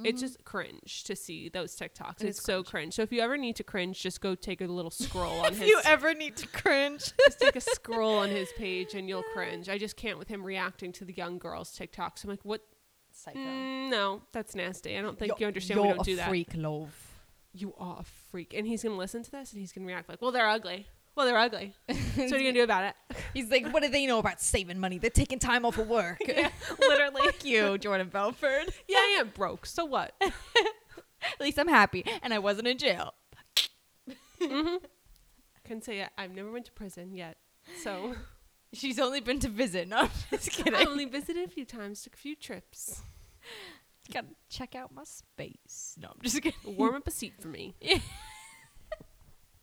B: it's just cringe to see those TikToks.
A: Mm-hmm. It
B: it's
A: is
B: so cringe. So if you ever need to cringe, just go take a little scroll on
A: if
B: his
A: you ever need to cringe,
B: just take a scroll on his page and you'll cringe. I just can't with him reacting to the young girls' TikToks. I'm like, what?
A: psycho.
B: Mm, no, that's nasty. I don't think
A: You're-
B: you understand.
A: You're
B: We don't do
A: a
B: that.
A: freak, love.
B: You are a freak, and he's gonna listen to this and he's gonna react like, well, they're ugly. Well, they're ugly. So what are you gonna do about it?
A: He's like, what do they know about saving money? They're taking time off of work.
B: Literally.
A: Fuck you, Jordan Belford.
B: yeah, I am broke. So what?
A: At least I'm happy, and I wasn't in jail.
B: hmm Can say it. I've never went to prison yet. So
A: She's only been to visit. No, I'm just kidding.
B: I only visited a few times, took a few trips.
A: Gotta check out my space. No, I'm just kidding.
B: Warm up a seat for me.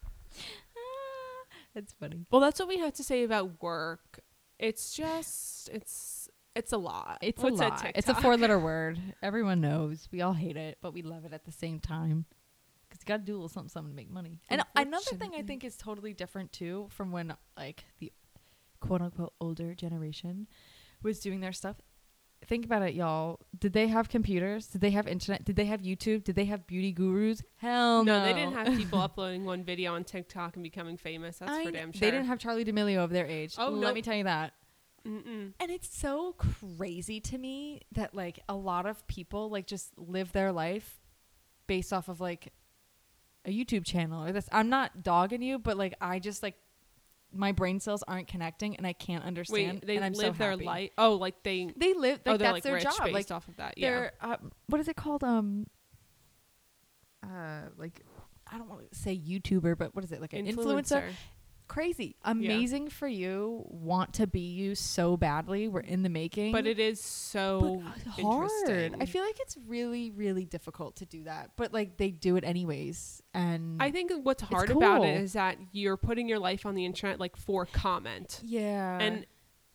A: Ah, That's funny.
B: Well, that's what we have to say about work. It's just it's it's a lot.
A: It's
B: What's
A: a lot. It's a
B: TikTok?
A: four-letter word. Everyone knows. We all hate it, but we love it at the same time. Because you got to do a little something, something to make money. And another thing I
B: Unfortunately.
A: think is totally different too from when like the quote-unquote older generation was doing their stuff. Think about it, y'all. Did they have computers? Did they have internet? Did they have YouTube? Did they have beauty gurus? Hell no.
B: No, they didn't have people uploading one video on TikTok and becoming famous. That's
A: I
B: for
A: kn-
B: damn sure.
A: They didn't have Charlie D'Amelio of their age.
B: Oh,
A: let
B: no.
A: me tell you that.
B: Mm-mm.
A: And it's so crazy to me that like a lot of people like just live their life based off of like a YouTube channel or this. I'm not dogging you, but like I just like my brain cells aren't connecting and I can't understand.
B: Wait, they
A: and I'm
B: live
A: so
B: their
A: happy.
B: life. Oh, like they.
A: They live like
B: oh, they're
A: that's
B: like
A: their
B: rich
A: job.
B: based
A: Like
B: off of that. Yeah.
A: they're uh, what is it called? Um, uh, like I don't want to say YouTuber, but what is it like an influencer? crazy amazing for you want to be you so badly we're in the making
B: But it is
A: but uh,
B: so
A: hard
B: Oh, interesting.
A: i feel like it's really really difficult to do that but like they do it anyways and
B: I think what's hard about it
A: cool.
B: is that you're putting your life on the internet like for comment.
A: yeah
B: And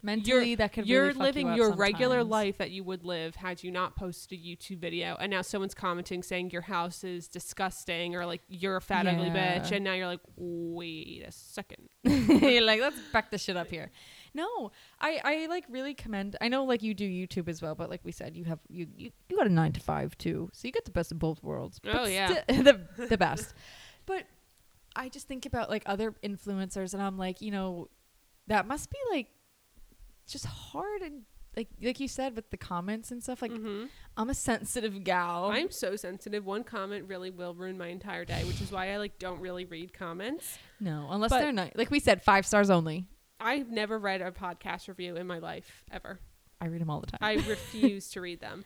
A: mentally that could
B: you're
A: really fuck
B: living
A: you up
B: your regular
A: sometimes.
B: life that you would live had you not posted a YouTube video, and now someone's commenting saying your house is disgusting or like you're a fat ugly
A: Yeah.
B: bitch, and now you're like, wait a second,
A: You're like let's back this shit up here no i i like really commend i know like you do youtube as well but like we said you have you you, you got a nine to five too so you get the best of both worlds but
B: Oh, yeah.
A: sti- the, the best but i just think about like other influencers and i'm like you know that must be like just hard and like like you said with the comments and stuff like oh.
B: Mhm.
A: i'm a sensitive gal
B: I'm so sensitive. One comment really will ruin my entire day, which is why I like don't really read comments.
A: no unless
B: But-
A: they're not like we said five stars only
B: I've never read a podcast review in my life ever.
A: i read them all the time
B: I refuse to read them.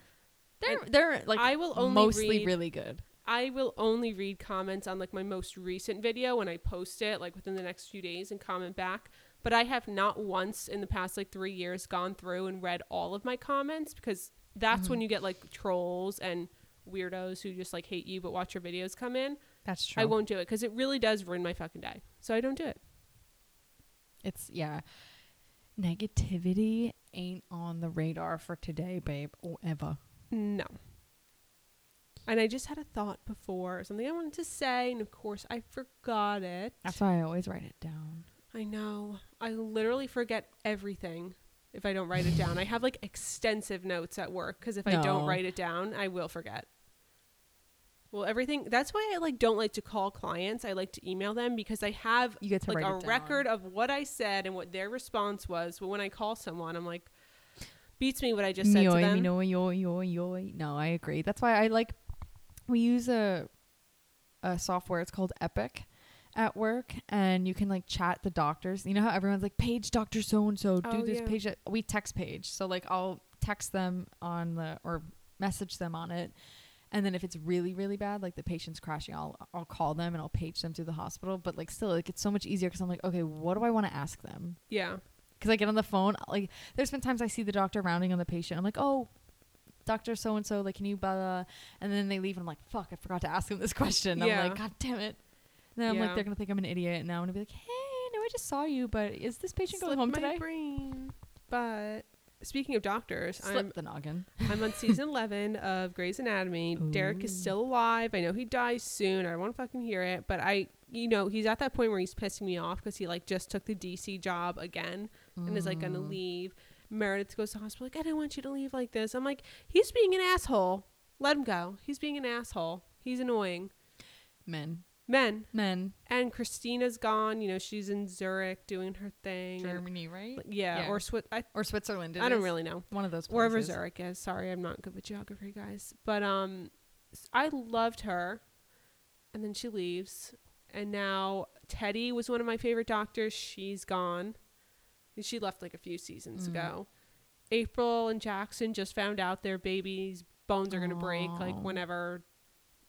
A: they're they're like
B: I will only
A: mostly
B: read
A: really good
B: I will only read comments on like my most recent video when I post it, like within the next few days, and comment back. But I have not once in the past like three years gone through and read all of my comments because that's when you get like trolls and weirdos who just like hate you but watch your videos come in.
A: that's true
B: I won't do it because it really does ruin my fucking day. So I don't do it.
A: It's yeah. Negativity ain't on the radar for today, babe, or ever.
B: No. And I just had a thought before, something I wanted to say, and of course I forgot it.
A: That's why I always write it down.
B: I know. I literally forget everything if I don't write it down. I have like extensive notes at work because if I don't
A: No.
B: write it down, I will forget. Well, everything. That's why I like don't like to call clients. I like to email them because I have
A: You get to
B: like
A: write
B: a
A: it down.
B: record of what I said and what their response was. But when I call someone, I'm like, beats me what I just said to
A: Yoy,
B: them.
A: yoy, yoy, yoy, yoy. No, I agree. That's why I like. We use a a software. It's called Epic at work, and you can like chat the doctors. You know how everyone's like, page Doctor So and So, do
B: Oh,
A: this
B: yeah.
A: page. that-" We text page, so like I'll text them on the or message them on it. And then if it's really, really bad, like the patient's crashing, I'll I'll call them and I'll page them through the hospital. But like still, like it's so much easier because I'm like, okay, what do I want to ask them?
B: yeah,
A: because I get on the phone. Like, there's been times I see the doctor rounding on the patient. I'm like, oh, doctor so and so, like, can you blah, blah, blah," And then they leave, and I'm like, fuck, I forgot to ask them this question.
B: Yeah.
A: I'm like, god damn it. And then I'm
B: Yeah.
A: like, they're gonna think I'm an idiot, and now I'm gonna be like, hey, no, I just saw you, but is this patient going home
B: my
A: today?
B: brain. But speaking of doctors, I'm
A: Slip the noggin.
B: I'm on season 11 of Grey's Anatomy. Derek is
A: Ooh.
B: still alive. I know he dies soon. I won't fucking hear it. But I, you know, he's at that point where he's pissing me off because he like just took the DC job again and is like gonna
A: Mm.
B: leave. Meredith goes to hospital like, I don't want you to leave like this. I'm like, he's being an asshole. Let him go. He's being an asshole. He's annoying.
A: Men,
B: Men
A: men,
B: and Christina's gone. You know, she's in Zurich doing her thing. and-
A: Germany, right?
B: yeah,
A: Yeah.
B: or Swiss. I,
A: Or Switzerland? it
B: I don't
A: is.
B: really know
A: One of those. Places.
B: wherever Zurich is. Sorry, I'm not good with geography, guys. But um, s- I loved her, and then she leaves, and now Teddy was one of my favorite doctors. She's gone. And She left like a few seasons
A: Mm.
B: ago. April and Jackson just found out their baby's bones are gonna break like
A: Aw.
B: whenever,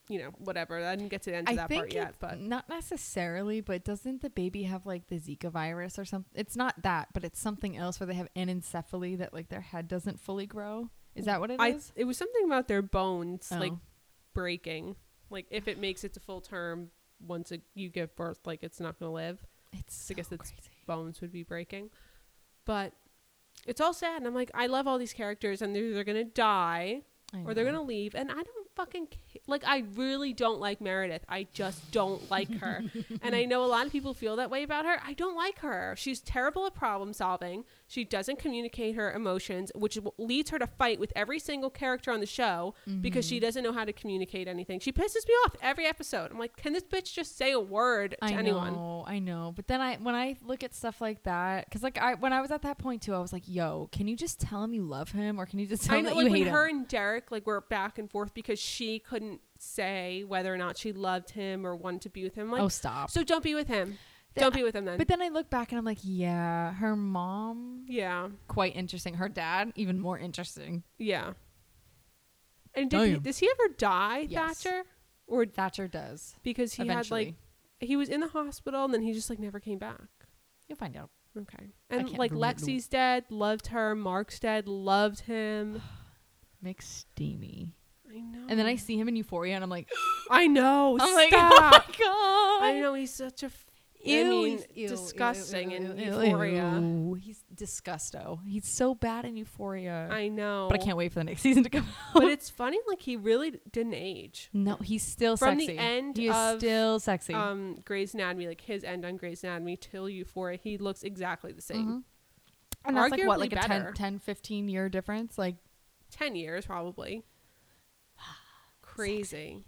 B: you know, whatever. I didn't get to the end of that part
A: it-
B: yet, but
A: not necessarily. But doesn't the baby have like the Zika virus or something? It's not that, but it's something else where they have anencephaly that like their head doesn't fully grow. Is that what it is?
B: I it was something about their bones like
A: Oh.
B: breaking. Like if it makes it to full term once it, you give birth, like it's not gonna live.
A: it's
B: I guess
A: so
B: it's
A: crazy.
B: bones would be breaking. But it's all sad, and I'm like, I love all these characters, and they're, they're gonna die
A: I
B: or they're
A: know.
B: gonna leave, and I don't fucking ca- like. I really don't like Meredith. I just don't like her, and I know a lot of people feel that way about her. I don't like her. She's terrible at problem solving. She doesn't communicate her emotions, which w- leads her to fight with every single character on the show because
A: Mm-hmm.
B: she doesn't know how to communicate anything. She pisses me off every episode. I'm like, can this bitch just say a word to
A: I
B: anyone?
A: know, I know. But then I, when I look at stuff like that, because like I, when I was at that point too, I was like, "Yo, can you just tell him you love him, or can you just tell
B: I
A: him
B: know,
A: that
B: like
A: you
B: when
A: hate
B: her
A: him?"
B: and Derek like were back and forth because she couldn't say whether or not she loved him or wanted to be with him. Like,
A: oh, stop.
B: so don't be with him.
A: Th-
B: don't be with him then.
A: but then I look back and I'm like, "Yeah, her mom,
B: yeah,
A: quite interesting. Her dad, even more interesting."
B: yeah. And did he,
A: Damn.
B: does he ever die,
A: Yes.
B: Thatcher? Or
A: Thatcher does.
B: because he
A: eventually,
B: had like he was in the hospital and then he just like never came back.
A: you'll find out.
B: Okay. And
A: can't
B: like
A: remember.
B: Lexi's dead, loved her. Mark's dead, loved him.
A: McSteamy.
B: I know.
A: And then I see him in Euphoria, and I'm like,
B: I know.
A: I'm like,
B: stop.
A: oh my
B: I
A: god.
B: know he's such a
A: Ew,
B: mean,
A: he's- ew,
B: disgusting
A: ew,
B: in
A: ew, ew,
B: Euphoria.
A: ew. He's disgusto. He's so bad in Euphoria.
B: I know.
A: but I can't wait for the next season to come out.
B: But it's funny, like he really didn't age.
A: no, he's still
B: From the
A: sexy.
B: end
A: he is
B: of,
A: still sexy.
B: Um, Grey's Anatomy, like his end on Grey's Anatomy till Euphoria, he looks exactly the same.
A: Mhm. and that's like what,
B: arguably
A: like a
B: better.
A: 10, 10, 15 year difference? Like,
B: Ten years probably. Crazy.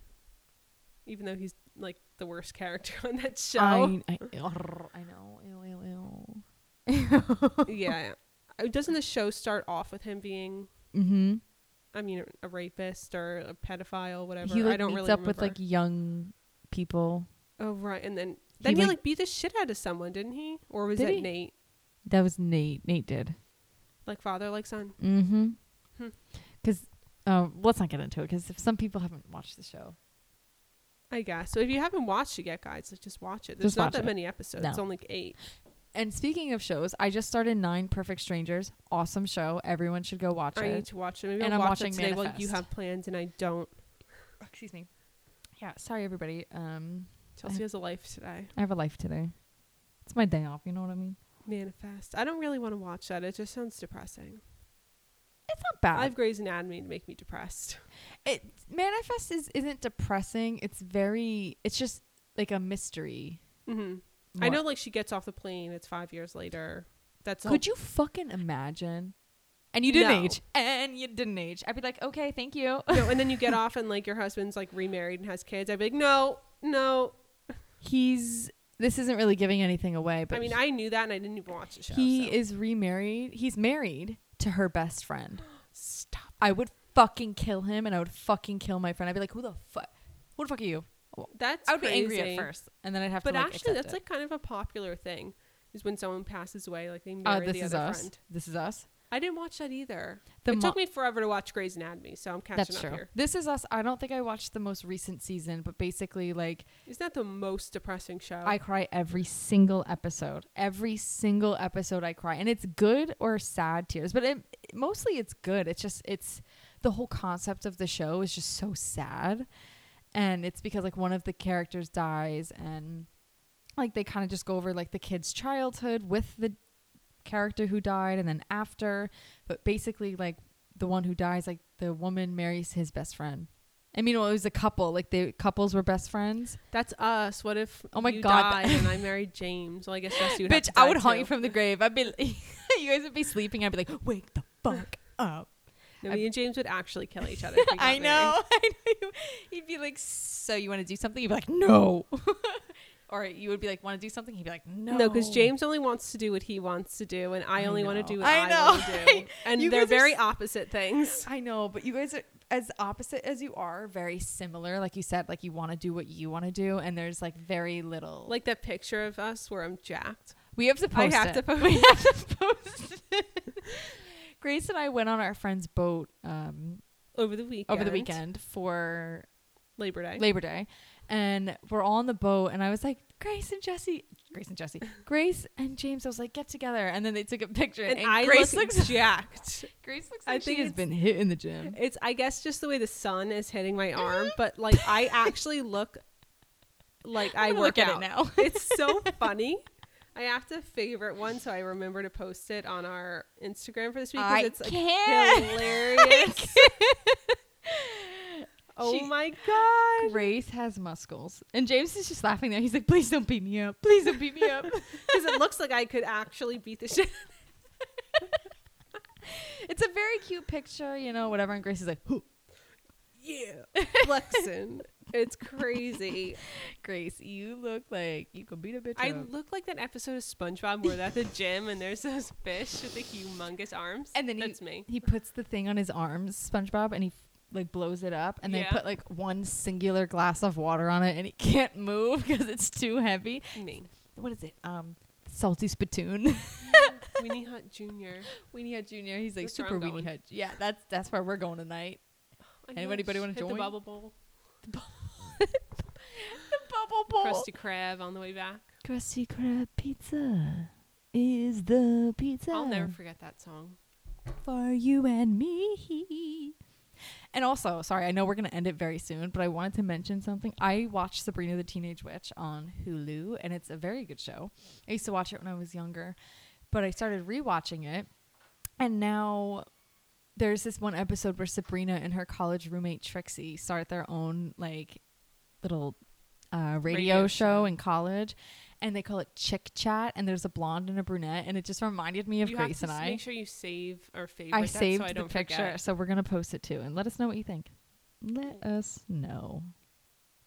B: Even though he's like the worst character on that show.
A: I, I, I know. Ew, ew, ew.
B: yeah. Uh, Doesn't the show start off with him being,
A: Mm-hmm.
B: I mean, a rapist or a pedophile, whatever?
A: He like
B: I don't
A: meets
B: really
A: up with
B: remember.
A: like young people.
B: Oh right, and then then he,
A: like-
B: like, beat the shit out of someone, didn't he? Or was
A: Did
B: it
A: he?
B: Nate,
A: That was Nate. Nate did.
B: like father, like son?
A: Mm-hmm.
B: Hmm.
A: Because um, let's not get into it. Because if some people haven't watched the show,
B: I guess. So if you haven't watched it yet, guys, like, just watch it. There's
A: Just
B: not
A: watch
B: that
A: it.
B: many episodes.
A: No.
B: It's only like eight.
A: and speaking of shows, I just started Nine Perfect Strangers. Awesome show. Everyone should go watch
B: I need
A: it.
B: to watch it. Maybe
A: And
B: I'll
A: I'm
B: watch it
A: watching
B: today while you
A: Manifest.
B: have plans and I don't.
A: Excuse me. Yeah, sorry everybody. Um,
B: Chelsea has a life today.
A: I have a life today. It's my day off. You know what I mean?
B: Manifest. I don't really want to watch that. It just sounds depressing.
A: It's not bad.
B: I've Grey's Anatomy to make me depressed.
A: it manifest is isn't depressing. It's very. It's just like a mystery.
B: hmm
A: more.
B: I know, like she gets off the plane. It's five years later. That's all.
A: Could you fucking imagine? And you didn't
B: No.
A: age. And you didn't age. I'd be like, okay, thank you.
B: no, and then you get off and like your husband's like remarried and has kids. I'd be like, no, no.
A: he's this isn't really giving anything away but
B: I mean,
A: he,
B: I knew that and I didn't even watch the show.
A: he
B: so.
A: is remarried he's married to her best friend
B: Stop.
A: i would fucking kill him and i would fucking kill my friend i'd be like who the fuck who the fuck are you
B: That's
A: i would be angry at
B: crazy.
A: first and then i'd have
B: But
A: to like,
B: actually,
A: accept
B: that's
A: it.
B: like kind of a popular thing is when someone passes away, like they
A: Uh,
B: marry
A: this
B: the
A: is
B: other
A: us
B: friend.
A: this is us
B: I didn't watch that either.
A: The
B: it
A: mo-
B: took me forever to watch Grey's Anatomy, so I'm catching
A: That's
B: up
A: true.
B: here.
A: This is us. I don't think I watched the most recent season, but basically, like,
B: Isn't that the most depressing show?
A: I cry every single episode. Every single episode I cry. And it's good or sad tears, but it, mostly it's good. It's just it's the whole concept of the show is just so sad. And it's because like one of the characters dies and like they kind of just go over like the kid's childhood with the character who died and then after, but basically like the one who dies like the woman marries his best friend. I mean, well, it was a couple. Like the couples were best friends.
B: That's us. What if
A: Oh my
B: you
A: God,
B: died
A: that-
B: and I married James? Well, I guess that's you.
A: Bitch, I would haunt you from the grave. I'd be, you guys would be sleeping. I'd be like, wake the fuck up.
B: No,
A: I-
B: me and James would actually kill each other. if we got
A: I
B: married.
A: know. I know. You, he'd be like, so you want to do something? You'd be like, no. or you would be like, want to do something? He'd be like, no.
B: No, because James only wants to do what he wants to do, and I,
A: I
B: only want
A: know.
B: to do what
A: I
B: I, want
A: know.
B: to do. And
A: You
B: they're
A: guys are
B: very
A: s-
B: opposite things.
A: I know, but you guys are as opposite as you are, very similar. Like you said, like you want to do what you want to do, and there's like very little.
B: Like that picture of us where I'm jacked.
A: we have to
B: I
A: post
B: have
A: it.
B: to post
A: we have to post it. Grace and I went on our friend's boat um,
B: over the weekend.
A: over the weekend for
B: Labor Day.
A: Labor Day, and we're all on the boat, and I was like, Grace and Jesse, Grace and Jesse, Grace and James. I was like, get together, and then they took a picture,
B: and
A: and,
B: I
A: Grace
B: look
A: looks,
B: jacked.
A: Grace looks
B: I
A: like she
B: think
A: has
B: it's-
A: been hit in the gym.
B: It's I guess just the way the sun is hitting my
A: Mm-hmm.
B: arm, but like I actually look like I
A: I'm gonna
B: work
A: look at
B: out.
A: it now.
B: it's so funny. I have to favorite one so I remember to post it on our Instagram for this week
A: I
B: because it's like
A: can't.
B: hilarious. oh
A: She-
B: my god.
A: Grace has muscles, and James is just laughing there. He's like, please don't beat me up, please don't beat me up.
B: Because it looks like I could actually beat the shit.
A: it's a very cute picture, you know, whatever. And Grace is like, "Huh."
B: Yeah. Flexing. It's crazy.
A: Grace, you look like you could beat a bitch
B: I
A: up.
B: look like that episode of SpongeBob where they're at the gym and there's those fish with the humongous arms.
A: And then he-
B: that's me.
A: he puts the thing on his arms, SpongeBob, and he like blows it up, and they
B: Yeah.
A: put like one singular glass of water on it, and it can't move because it's too heavy.
B: Me.
A: What is it? Um, salty spittoon.
B: Winnie Hut Junior.
A: Weenie Hut Junior. He's like
B: That's where I'm
A: super Weenie
B: going.
A: Hut. Yeah, that's that's where we're going tonight.
B: I
A: Anybody-
B: guess.
A: anybody wanna
B: Hit
A: join?
B: The bubble bowl.
A: The bubble bowl.
B: Krusty Krab on the way back.
A: Krusty Krab pizza is the pizza
B: I'll never forget that song.
A: for you and me. And also, sorry, I know we're gonna end it very soon, but I wanted to mention something. I watched Sabrina the Teenage Witch on Hulu, and it's a very good show. I used to watch it when I was younger, but I started rewatching it, and now there's this one episode where Sabrina and her college roommate Trixie start their own like little uh, radio,
B: Radio
A: show
B: show.
A: in college, and they call it Chick Chat. And there's a blonde and a brunette, and it just reminded me of
B: you
A: Grace
B: have to
A: and
B: s-
A: I.
B: make sure you save or favorite
A: I
B: that
A: saved
B: so I
A: the
B: don't
A: picture,
B: forget.
A: so we're gonna post it too, and let us know what you think. Let us know.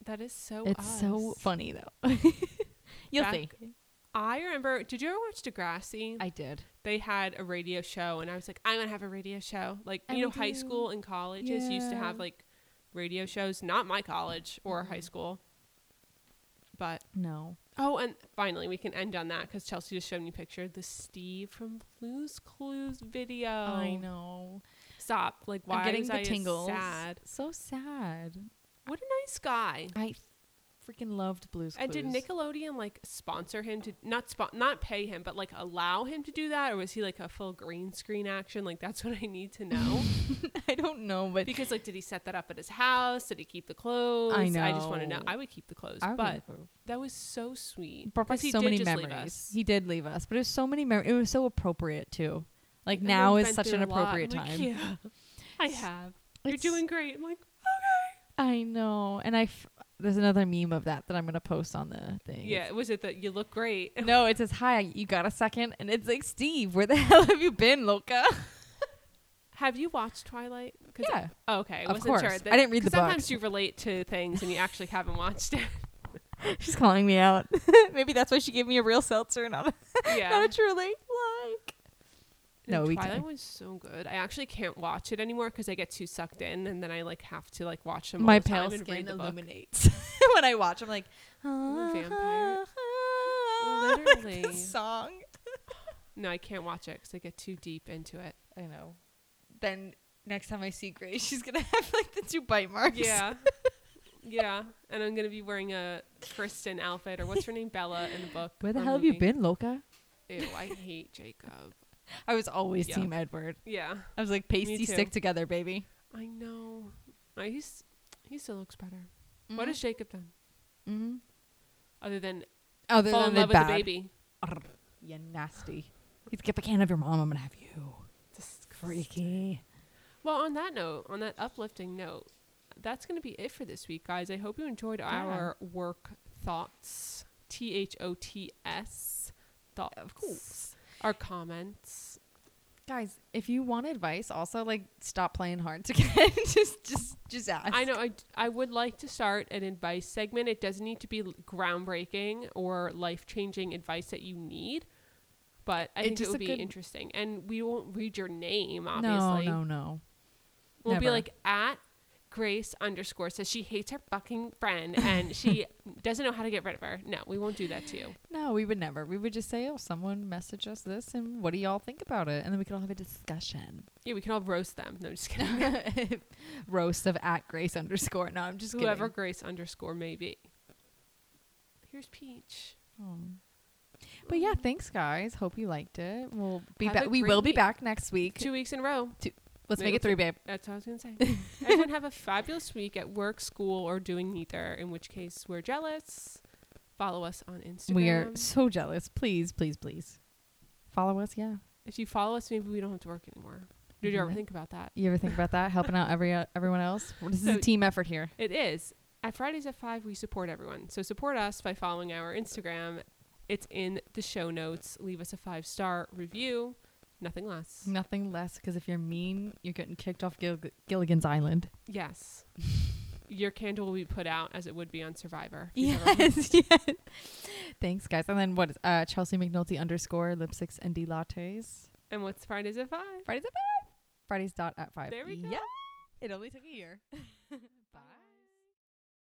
B: That is so.
A: it's so
B: us.
A: funny though. You'll
B: Back-
A: see.
B: I remember. Did you ever watch Degrassi?
A: I did.
B: they had a radio show, and I was like, I'm gonna have a radio show. Like
A: And
B: you know,
A: we
B: high
A: do.
B: school and colleges used to
A: Yeah. Mm-hmm.
B: have like radio shows. Not my college or high school, but
A: No.
B: Oh, and finally, we can end on that because Chelsea just showed me a picture of the Steve from Blues Clues video.
A: I know.
B: Stop. Like, Oh. why
A: I'm getting
B: was
A: the
B: I
A: tingles.
B: sad?
A: So sad.
B: What a nice guy.
A: I freaking loved Blues
B: And did
A: Clues.
B: Nickelodeon like sponsor him to not spon- not pay him, but like allow him to do that, or was he like a full green screen action? Like, that's what I need to know.
A: I don't know, but
B: because like, did he set that up at his house? Did he keep the clothes? I just want to know.
A: know.
B: I would keep the clothes,
A: I would
B: but
A: approve.
B: that was so sweet.
A: brought back
B: 'Cause he
A: so
B: did
A: many
B: just leave
A: memories.
B: us.
A: He did leave us, but it was so many memories. It was so appropriate too. Like
B: And
A: now
B: we've
A: is
B: been
A: such
B: through
A: an
B: a lot.
A: appropriate
B: Like,
A: time.
B: yeah, I have.
A: It's-
B: You're doing great. I'm like,
A: I know, and I. F- there's another meme of that that I'm gonna post on the thing. It's-
B: yeah, was it that you look great?
A: No, it says, Hi, you got a second? And it's like, Steve, where the hell have you been, Loca?
B: Have you watched Twilight? 'Cause-
A: Yeah.
B: Oh, okay. I
A: Of
B: wasn't
A: course.
B: Sure.
A: I didn't read
B: 'cause
A: the
B: Sometimes
A: books.
B: you relate to things and you actually haven't watched it.
A: She's calling me out. Maybe that's why she gave me a real seltzer and not a,
B: yeah.
A: truly like.
B: And
A: No, we
B: Twilight
A: didn't.
B: was so good. I actually can't watch it anymore because I get too sucked in, and then I like have to like watch them. all
A: My
B: the time
A: pale
B: and
A: skin
B: read the book.
A: illuminates when I watch. I'm like,
B: a vampire.
A: Like this
B: Literally.
A: song.
B: No, I can't watch it because I get too deep into it.
A: I know. Then next time I see Grace, she's gonna have like the two bite marks.
B: Yeah. yeah. And I'm going to be wearing a Kristen outfit or what's her name? Bella in the book.
A: Where the
B: or
A: hell have you
B: movie.
A: been, Loca?
B: Ew, I hate Jacob.
A: I was always
B: Yeah.
A: Team Edward.
B: Yeah.
A: I was like, pasty
B: too.
A: stick together, baby.
B: I know. I, he's, he still looks better. What has Jacob done?
A: Mm-hmm.
B: Other than
A: Other
B: fall
A: than
B: in
A: the
B: love with
A: bad.
B: the baby.
A: Arr, you nasty. He's like, if I can't have your mom, I'm gonna have you.
B: Disgusting.
A: Freaky.
B: Well, on that note, on that uplifting note, that's going to be it for this week, guys. I hope you enjoyed our work thoughts. T H O T S. Thoughts.
A: Of course.
B: Our comments.
A: Guys, if you want advice, also like stop playing hard to get. just, just, just ask.
B: I know I, I would like to start an advice segment. It doesn't need to be l- groundbreaking or life changing advice that you need, but I
A: It
B: think it
A: just
B: would
A: a
B: be
A: good-
B: interesting. And we won't read your name,
A: No,
B: obviously.
A: no, no.
B: We'll be
A: Never.
B: like at Grace underscore says she hates her fucking friend and she doesn't know how to get rid of her. No, we won't do that to you.
A: No, we would never. We would just say, "Oh, someone messaged us this, and what do y'all think about it?" And then we could all have a discussion.
B: Yeah, we can all roast them. No, just kidding.
A: Roast of at Grace underscore. No, I'm just
B: Whoever
A: kidding.
B: Grace underscore may be. Here's Peach.
A: Oh. But yeah, thanks guys. Hope you liked it. We'll be
B: Have
A: back.
B: a
A: We
B: great
A: will be
B: week.
A: back next week.
B: Two weeks in a row.
A: Let's make
B: Maybe
A: it three, babe.
B: That's what I was going to say. Everyone have a fabulous week at work, school, or doing neither, in which case we're jealous. Follow us on Instagram.
A: We are so jealous. Please, please, please, follow us. Yeah.
B: If you follow us, maybe we don't have to work anymore. Did you ever
A: Mhm.
B: think about that?
A: You ever think about that? Helping out every uh, everyone else. This is
B: So-
A: a team effort here.
B: It is. At Fridays at 5, we support everyone. So support us by following our Instagram. It's in the show notes. Leave us a five star review. Nothing less.
A: Nothing less, because if you're mean, you're getting kicked off Gil- Gilligan's Island.
B: Yes. Your candle will be put out as it would be on Survivor. if you've ever-
A: Yes, yes. Thanks, guys. And then what is uh, Chelsea McNulty underscore lipsticks and D lattes?
B: And what's Fridays at 5?
A: Fridays at five. Fridays dot at five.
B: There we go.
A: Yeah. It only took a year.